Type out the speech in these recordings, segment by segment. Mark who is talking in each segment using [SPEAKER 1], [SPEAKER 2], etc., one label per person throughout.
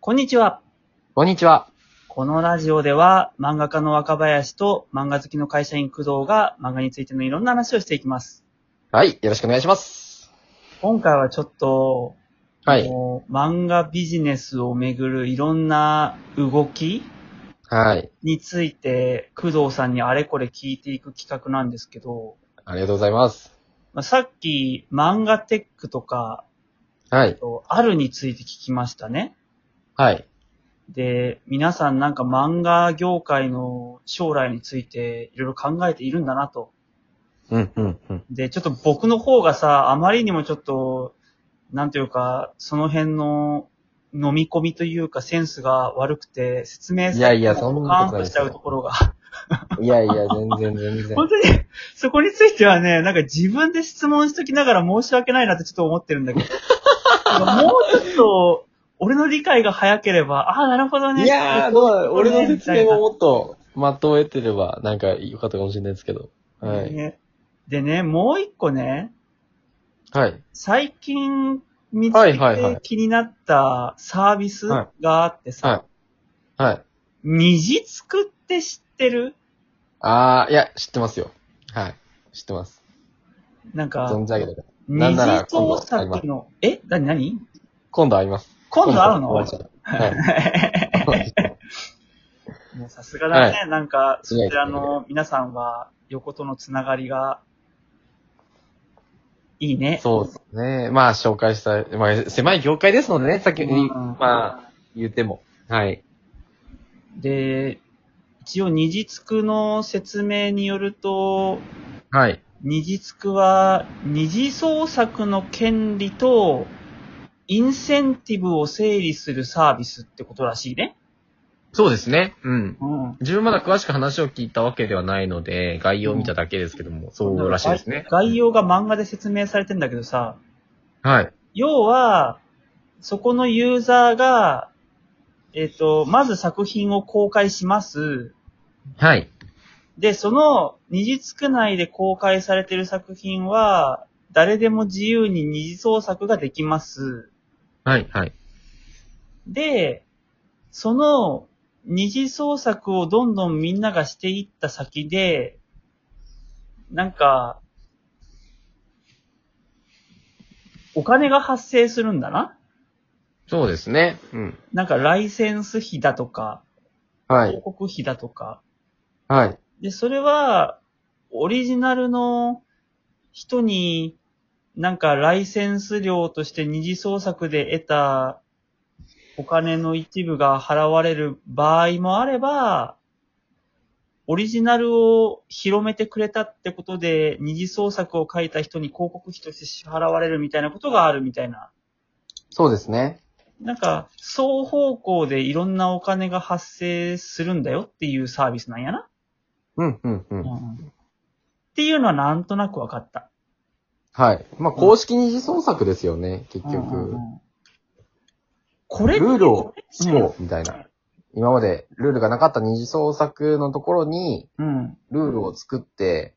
[SPEAKER 1] こんにちは。
[SPEAKER 2] こんにちは。
[SPEAKER 1] このラジオでは漫画家の若林と漫画好きの会社員工藤が漫画についてのいろんな話をしていきます。
[SPEAKER 2] はい。よろしくお願いします。
[SPEAKER 1] 今回はちょっと、
[SPEAKER 2] はい。
[SPEAKER 1] もう漫画ビジネスをめぐるいろんな動き
[SPEAKER 2] はい。
[SPEAKER 1] について工藤さんにあれこれ聞いていく企画なんですけど、
[SPEAKER 2] ありがとうございます。
[SPEAKER 1] まあ、さっき漫画テックとか、
[SPEAKER 2] はい。
[SPEAKER 1] あるについて聞きましたね。
[SPEAKER 2] はい。
[SPEAKER 1] で、皆さんなんか漫画業界の将来についていろいろ考えているんだなと。
[SPEAKER 2] うん、うん、うん。
[SPEAKER 1] で、ちょっと僕の方がさ、あまりにもちょっと、なんていうか、その辺の飲み込みというかセンスが悪くて、説明
[SPEAKER 2] いやいやそんな
[SPEAKER 1] カーン
[SPEAKER 2] こ
[SPEAKER 1] と
[SPEAKER 2] とないで
[SPEAKER 1] し
[SPEAKER 2] す
[SPEAKER 1] ちゃ
[SPEAKER 2] よ
[SPEAKER 1] う とこ ろが。
[SPEAKER 2] いやいや、全然、全然。
[SPEAKER 1] 本当に、そこについてはね、なんか自分で質問しときながら申し訳ないなってちょっと思ってるんだけど。なんかもうちょっと、俺の理解が早ければ、ああ、なるほどね。
[SPEAKER 2] いやー、
[SPEAKER 1] そう
[SPEAKER 2] どう
[SPEAKER 1] い
[SPEAKER 2] だ
[SPEAKER 1] うことね
[SPEAKER 2] ろう俺の説明
[SPEAKER 1] みたいな
[SPEAKER 2] ももっと、まとえてれば、なんか、良かったかもしれないですけど。はい。
[SPEAKER 1] ねでね、もう一個ね、
[SPEAKER 2] はい。
[SPEAKER 1] 最近見つけ
[SPEAKER 2] はいはいは
[SPEAKER 1] て
[SPEAKER 2] い
[SPEAKER 1] 気になったサービス
[SPEAKER 2] は
[SPEAKER 1] があってさ、
[SPEAKER 2] はい。はい。
[SPEAKER 1] 虹つくって知ってる
[SPEAKER 2] あー、いや、知ってますよ。はい。知ってます。
[SPEAKER 1] なんか
[SPEAKER 2] 存、じ上げてる。なん
[SPEAKER 1] 虹
[SPEAKER 2] なら今
[SPEAKER 1] 創
[SPEAKER 2] 度会いま
[SPEAKER 1] 作の、えなになに
[SPEAKER 2] 今度会います。
[SPEAKER 1] 今度会うの
[SPEAKER 2] 今度会いましょう はい。
[SPEAKER 1] もうさすがだね。なんか、そ
[SPEAKER 2] 違う
[SPEAKER 1] ちらの皆さんは、横とのつながりが、いいね。
[SPEAKER 2] そうですね。まあ、紹介したい。まあ、狭い業界ですのでね、先に、
[SPEAKER 1] うん
[SPEAKER 2] まあ、言っても。はい。
[SPEAKER 1] で、一応、虹つくの説明によると、
[SPEAKER 2] はい。
[SPEAKER 1] 虹つくは、二次創作の権利と、インセンティブを整理するサービスってことらしいね。
[SPEAKER 2] そうですね。うん。
[SPEAKER 1] うん。
[SPEAKER 2] 自分まだ詳しく話を聞いたわけではないので、概要を見ただけですけども、そうらしいですね。
[SPEAKER 1] 概要が漫画で説明されてんだけどさ、
[SPEAKER 2] はい。
[SPEAKER 1] 要は、そこのユーザーが、えっ、と、まず作品を公開します。
[SPEAKER 2] はい。
[SPEAKER 1] で、その二次つく内で公開されている作品は、誰でも自由に二次創作ができます。
[SPEAKER 2] はい。はい。
[SPEAKER 1] で、その二次創作をどんどんみんながしていった先で、なんか、お金が発生するんだな
[SPEAKER 2] そうですね。うん。
[SPEAKER 1] なんかライセンス費だとか、
[SPEAKER 2] は
[SPEAKER 1] 広。告費だとか。
[SPEAKER 2] はい。
[SPEAKER 1] で、それは、オリジナルの人に、なんかライセンス料として二次創作で得たお金の一部が払われる場合もあれば、オリジナルを広めてくれたってことで、二次創作を書いた人に広告費として支払われるみたいなことがあるみたいな。
[SPEAKER 2] そうですね。
[SPEAKER 1] なんか、双方向でいろんなお金が発生するんだよっていうサービスなんやな。
[SPEAKER 2] うん、うん、う。
[SPEAKER 1] うんんっていうのはなんとなく分かった。
[SPEAKER 2] はい。まあ、公式二次創作ですよね、結
[SPEAKER 1] うんう
[SPEAKER 2] 局。
[SPEAKER 1] んこれ
[SPEAKER 2] ルールを
[SPEAKER 1] これしか
[SPEAKER 2] そう、みたいな。今までルールがなかった二次創作のところに、
[SPEAKER 1] うん。
[SPEAKER 2] ルールを作って、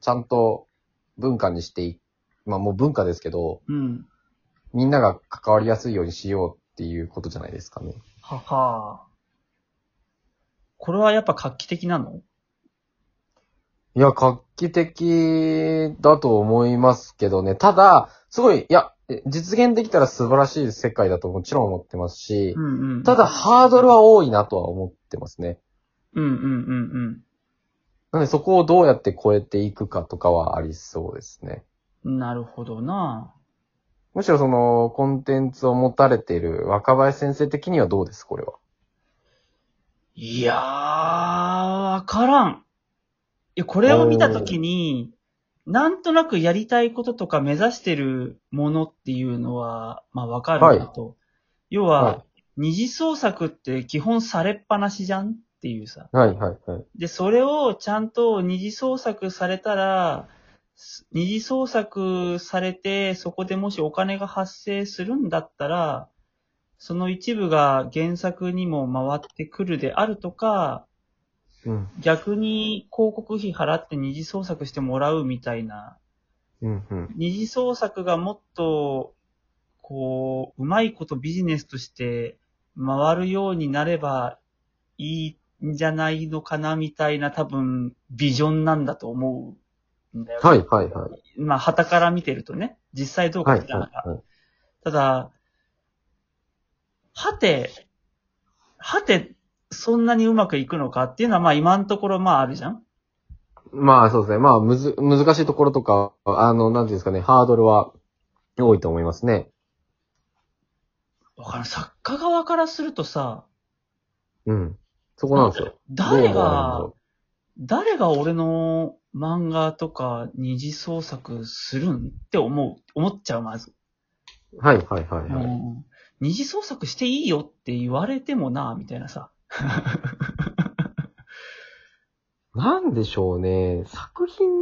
[SPEAKER 2] ちゃんと文化にしてい、まあもう文化ですけど、
[SPEAKER 1] うん。
[SPEAKER 2] みんなが関わりやすいようにしようっていうことじゃないですかね。
[SPEAKER 1] ははこれはやっぱ画期的なの
[SPEAKER 2] いや、画期的だと思いますけどね。ただ、すごい、いや、え実現できたら素晴らしい世界だともちろん思ってますし
[SPEAKER 1] う、んうん。
[SPEAKER 2] ただ、、ハードルは多いなとは思ってますね。
[SPEAKER 1] うんうんうん
[SPEAKER 2] なのでそこをどうやって超えていくかとかはありそうですね。
[SPEAKER 1] うん。なるほどな。
[SPEAKER 2] むしろその、コンテンツを持たれている若林先生的にはどうです、これは。
[SPEAKER 1] いやー、わからん。いや、これを見たときに、なんとなくやりたいこととか目指してるものっていうのは、まあわかるなと。要は、
[SPEAKER 2] は
[SPEAKER 1] 二次創作って基本されっぱなしじゃんっていうさ。
[SPEAKER 2] はい、はい、はい。
[SPEAKER 1] で、それをちゃんと二次創作されたら、す二次創作されて、そこでもしお金が発生するんだったら、その一部が原作にも回ってくるであるとか、
[SPEAKER 2] うん、
[SPEAKER 1] 逆に広告費払って二次創作してもらうみたいな、
[SPEAKER 2] うん、うん。
[SPEAKER 1] 二次創作がもっと、こう、うまいことビジネスとして回るようになればいいんじゃないのかなみたいな多分ビジョンなんだと思うんだよ、ね。
[SPEAKER 2] はい、はい、はい。
[SPEAKER 1] まあ、旗から見てるとね、実際どう
[SPEAKER 2] は
[SPEAKER 1] か
[SPEAKER 2] い、
[SPEAKER 1] 知らな
[SPEAKER 2] はい
[SPEAKER 1] か。
[SPEAKER 2] はい
[SPEAKER 1] ただ、はて、はて、そんなにうまくいくのかっていうのはまあ今のところまああるじゃん
[SPEAKER 2] まあ、そうですね。まあ、むず、難しいところとか、あの、なんていうんですかね、ハードルは多いと思いますね。
[SPEAKER 1] わからん。作家側からするとさ、
[SPEAKER 2] うん。そこなんですよ。
[SPEAKER 1] 誰
[SPEAKER 2] どう思うんだ
[SPEAKER 1] が
[SPEAKER 2] ろ、
[SPEAKER 1] 誰が俺の漫画とか二次創作するんって思う、思っちゃう、まず。
[SPEAKER 2] うはい、はい、はい、はい。
[SPEAKER 1] うん二次創作していいよって言われてもな、みたいなさ。
[SPEAKER 2] なんでしょうね。作品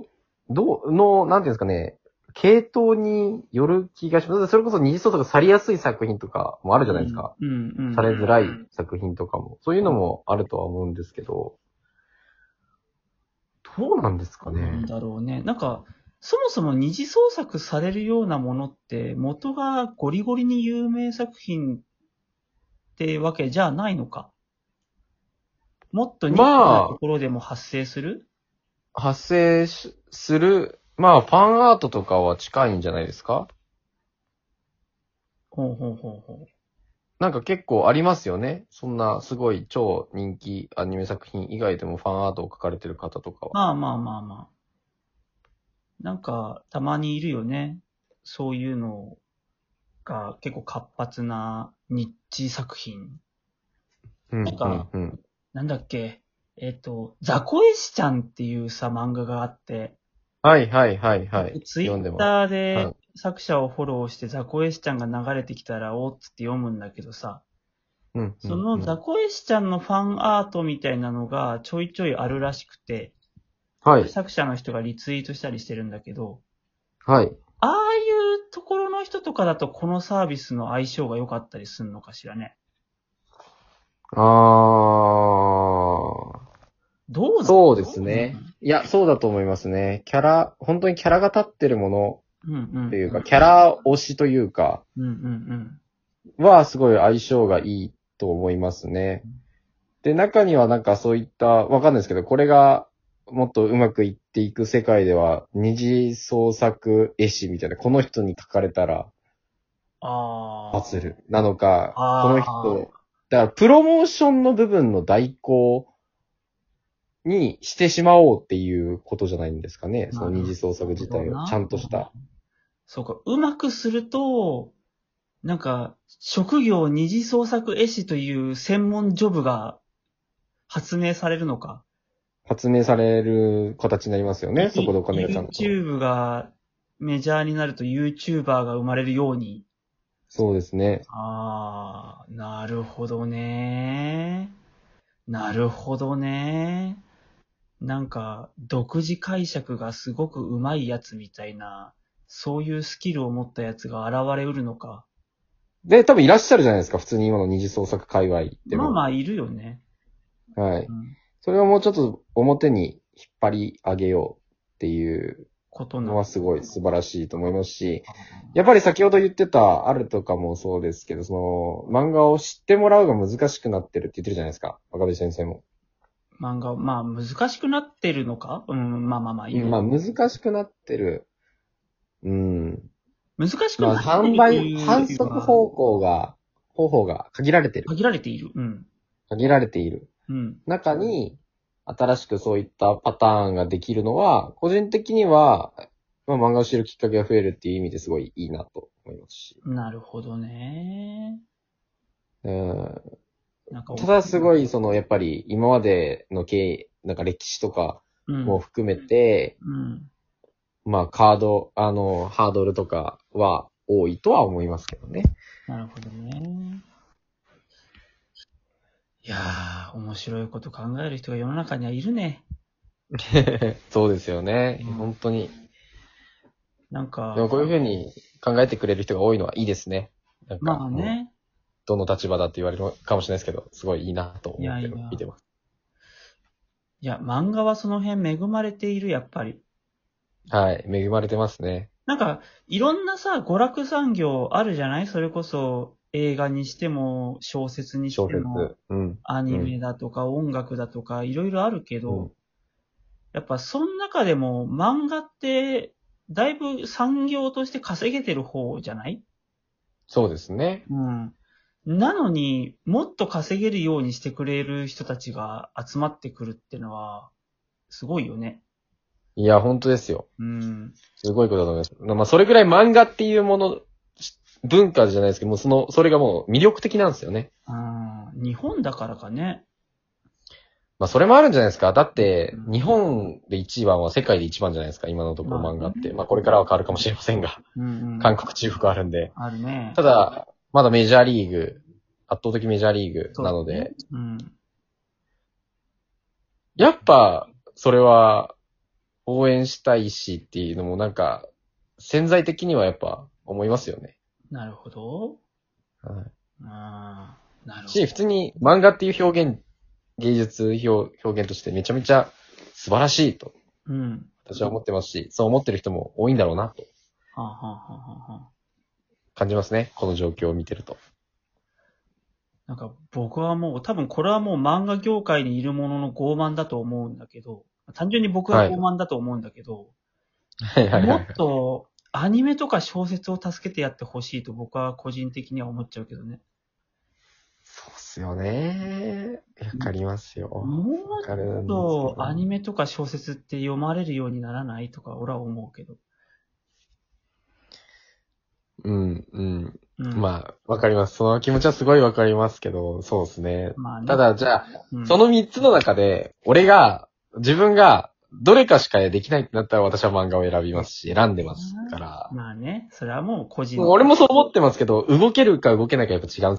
[SPEAKER 2] に、どう、の、なんていうんですかね。系統による気がします。それこそ二次創作されやすい作品とかもあるじゃないですか。。
[SPEAKER 1] うん、うん。
[SPEAKER 2] されづらい作品とかも。そういうのもあるとは思うんですけど。どうなんですか
[SPEAKER 1] なん
[SPEAKER 2] ね。
[SPEAKER 1] だろうね。なんか、そもそも二次創作されるようなものって、元がゴリゴリに有名作品ってわけじゃないのか。もっとニッチなところでも発生する、
[SPEAKER 2] 発生しする、まあ、ファンアートとかは近いんじゃないですか
[SPEAKER 1] ほうほうほうほう。
[SPEAKER 2] なんか結構ありますよね。そんなすごい超人気アニメ作品以外でもファンアートを描かれてる方とかは。
[SPEAKER 1] まあまあまあまあ。なんか、たまにいるよね。そういうのが結構活発なニッチ作品。
[SPEAKER 2] うん
[SPEAKER 1] なんか
[SPEAKER 2] うんうん
[SPEAKER 1] なんだっけえっ、と、ザコエシちゃんっていうさ、漫画があって、
[SPEAKER 2] はいはいはいはい。
[SPEAKER 1] ツイ
[SPEAKER 2] 読んで
[SPEAKER 1] ッ
[SPEAKER 2] ます。
[SPEAKER 1] ター
[SPEAKER 2] は
[SPEAKER 1] で
[SPEAKER 2] い
[SPEAKER 1] 作者をフォローして、ザコエシちゃんが流れてきたら、おーっつって読むんだけどさ、
[SPEAKER 2] うんうんうん
[SPEAKER 1] そのザコエシちゃんのファンアートみたいなのがちょいちょいあるらしくて、
[SPEAKER 2] はい。
[SPEAKER 1] 作者の人がリツイートしたりしてるんだけど、
[SPEAKER 2] はい。
[SPEAKER 1] ああいうところの人とかだとこのサービスの相性が良かったりするのかしらね。
[SPEAKER 2] あー。
[SPEAKER 1] どうだ
[SPEAKER 2] そうですね。いや、そうだと思いますね。キャラ、本当にキャラが立ってるもの
[SPEAKER 1] うんうん。
[SPEAKER 2] というか、キャラ推しというか、
[SPEAKER 1] うんうんうん。
[SPEAKER 2] はすごい相性がいいと思いますね。で、中にはなんかそういった、わかんないですけど、これがもっとうまくいっていく世界では、二次創作絵師みたいな、この人に書かれたら
[SPEAKER 1] ああ。
[SPEAKER 2] バズる。なのか、
[SPEAKER 1] あ
[SPEAKER 2] この
[SPEAKER 1] ー
[SPEAKER 2] 人、だからプロモーションの部分の代行にしてしまおうっていうことじゃないんですかね。その二次創作自体をちゃんとした。。
[SPEAKER 1] そうか。うまくすると、なんか、職業二次創作絵師という専門ジョブが発明されるのか。
[SPEAKER 2] 発明される形になりますよね。そこでお金がちゃんと。
[SPEAKER 1] YouTube がメジャーになると YouTuber が生まれるように。
[SPEAKER 2] そうですね。
[SPEAKER 1] ああ、なるほどね。なるほどね。なんか、独自解釈がすごく上手いやつみたいな、そういうスキルを持ったやつが現れうるのか。
[SPEAKER 2] で、多分いらっしゃるじゃないですか。普通に今の二次創作界隈で
[SPEAKER 1] まあ
[SPEAKER 2] も。
[SPEAKER 1] まあ、いるよね。
[SPEAKER 2] はい。
[SPEAKER 1] うん、
[SPEAKER 2] それをもうちょっと表に引っ張り上げようっていう
[SPEAKER 1] ことな
[SPEAKER 2] の
[SPEAKER 1] の
[SPEAKER 2] はすごい素晴らしいと思いますし、やっぱり先ほど言ってたあるとかもそうですけど、その漫画を知ってもらうが難しくなってるって言ってるじゃないですか。若林先生も。
[SPEAKER 1] 漫画、まあ、難しくなってるのかうん、まあまあまあ、いいよ
[SPEAKER 2] まあ難しくなってる。うん。
[SPEAKER 1] 難しく
[SPEAKER 2] ま
[SPEAKER 1] な
[SPEAKER 2] あ
[SPEAKER 1] ってる
[SPEAKER 2] 販
[SPEAKER 1] って
[SPEAKER 2] 売、
[SPEAKER 1] いうよりは
[SPEAKER 2] 反則方向が、方法が限られてる。
[SPEAKER 1] 限られている。うん。
[SPEAKER 2] 限られている。
[SPEAKER 1] うん。
[SPEAKER 2] 中に、新しくそういったパターンができるのは、個人的には、まあ、漫画を知るきっかけが増えるっていう意味ですごいいいなと思いますし。
[SPEAKER 1] なるほどね。
[SPEAKER 2] うん、
[SPEAKER 1] なんか
[SPEAKER 2] ただすごい、、その、やっぱり、今までの経緯、なんか歴史とか
[SPEAKER 1] うん、
[SPEAKER 2] も含めて、
[SPEAKER 1] うん。
[SPEAKER 2] まあ、カード、あの、ハードルとかは多いとは思いますけどね。
[SPEAKER 1] なるほどね。いやー、面白いこと考える人が世の中にはいるね。
[SPEAKER 2] そうですよね
[SPEAKER 1] うん。
[SPEAKER 2] 本当に。
[SPEAKER 1] なんか
[SPEAKER 2] で、もこういうふうに考えてくれる人が多いのはいいですね。なんか
[SPEAKER 1] まあ。ね、
[SPEAKER 2] どの立場だって言われるかもしれないですけど、すごいいいなと思っ
[SPEAKER 1] い
[SPEAKER 2] て
[SPEAKER 1] やいや
[SPEAKER 2] 見てます。
[SPEAKER 1] いや、漫画はその辺恵まれている、やっぱり。
[SPEAKER 2] はい。恵まれてますね。
[SPEAKER 1] なんか、いろんなさ、娯楽産業あるじゃないそれこそ、映画にしても、小説にし
[SPEAKER 2] 小
[SPEAKER 1] て
[SPEAKER 2] 説
[SPEAKER 1] も、。
[SPEAKER 2] うん。
[SPEAKER 1] アニメだとか音楽だとかいろいろあるけど、
[SPEAKER 2] うん
[SPEAKER 1] やっぱその中でも漫画って、だいぶ産業として稼げてる方じゃない
[SPEAKER 2] そうですね。
[SPEAKER 1] うん。なのに、もっと稼げるようにしてくれる人たちが集まってくるってのは、すごいよね。
[SPEAKER 2] いや、本当ですよ。
[SPEAKER 1] うん。
[SPEAKER 2] すごいことだと思います。まあ、それぐらい漫画っていうもの、し文化じゃないですけど、もうその、それがもう魅力的なんですよね。
[SPEAKER 1] あー日本だからかね。
[SPEAKER 2] まあ、それもあるんじゃないですか。だって
[SPEAKER 1] う、ん
[SPEAKER 2] 日本で一番は世界で一番じゃないですか。今のところ
[SPEAKER 1] まあ
[SPEAKER 2] 漫画って。まあ、これからは変わるかもしれませんが、
[SPEAKER 1] うん、うん。
[SPEAKER 2] 韓国、中国あるんで。
[SPEAKER 1] あるね。
[SPEAKER 2] ただ、まだメジャーリーグ、圧倒的メジャーリーグなので、
[SPEAKER 1] そうね、うん。
[SPEAKER 2] やっぱ、それは、応援したいしっていうのもなんか、潜在的にはやっぱ思いますよね。
[SPEAKER 1] なるほど。
[SPEAKER 2] は
[SPEAKER 1] ああ、なる
[SPEAKER 2] い、
[SPEAKER 1] ほ
[SPEAKER 2] し、
[SPEAKER 1] ど。
[SPEAKER 2] 普通に漫画っていう表現、芸術表表現としてめちゃめちゃ素晴らしいと
[SPEAKER 1] うん。
[SPEAKER 2] 私は思ってますし、そう思ってる人も多いんだろうなと
[SPEAKER 1] はあ、はあはあはあ、
[SPEAKER 2] 感じますね。この状況を見てると。
[SPEAKER 1] なんか僕はもう、多分これはもう漫画業界にいるものの傲慢だと思うんだけど、単純に僕は傲慢だと思うんだけど、
[SPEAKER 2] はいはい
[SPEAKER 1] も
[SPEAKER 2] は
[SPEAKER 1] っ
[SPEAKER 2] い。
[SPEAKER 1] とアニメとか小説を助けてやってほしいと僕は個人的には思っちゃうけどね。
[SPEAKER 2] そうっすよね。わかりますよ。
[SPEAKER 1] も
[SPEAKER 2] わかるんです
[SPEAKER 1] っ
[SPEAKER 2] けど
[SPEAKER 1] とアニメとか小説って読まれるようにならないとか俺は思うけど。
[SPEAKER 2] うん、うん。
[SPEAKER 1] うん、
[SPEAKER 2] まあ、わかります。その気持ちはすごいわかりますけど、そうですね。
[SPEAKER 1] まあね
[SPEAKER 2] た、だ、じゃあ、
[SPEAKER 1] うん
[SPEAKER 2] その三つの中で、俺が、自分が、どれかしかできないってなったら私は漫画を選びますし、選んでますから。
[SPEAKER 1] まあね、それはもう個人
[SPEAKER 2] 俺もそう思ってますけど、動けるか動けないかやっぱ違うん